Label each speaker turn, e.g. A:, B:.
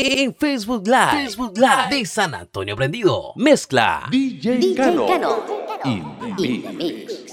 A: en Facebook Live, Facebook Live de San Antonio Prendido. Mezcla
B: DJ,
C: DJ
B: Cano.
C: Cano.
B: In the
C: In the
B: mix.
C: mix.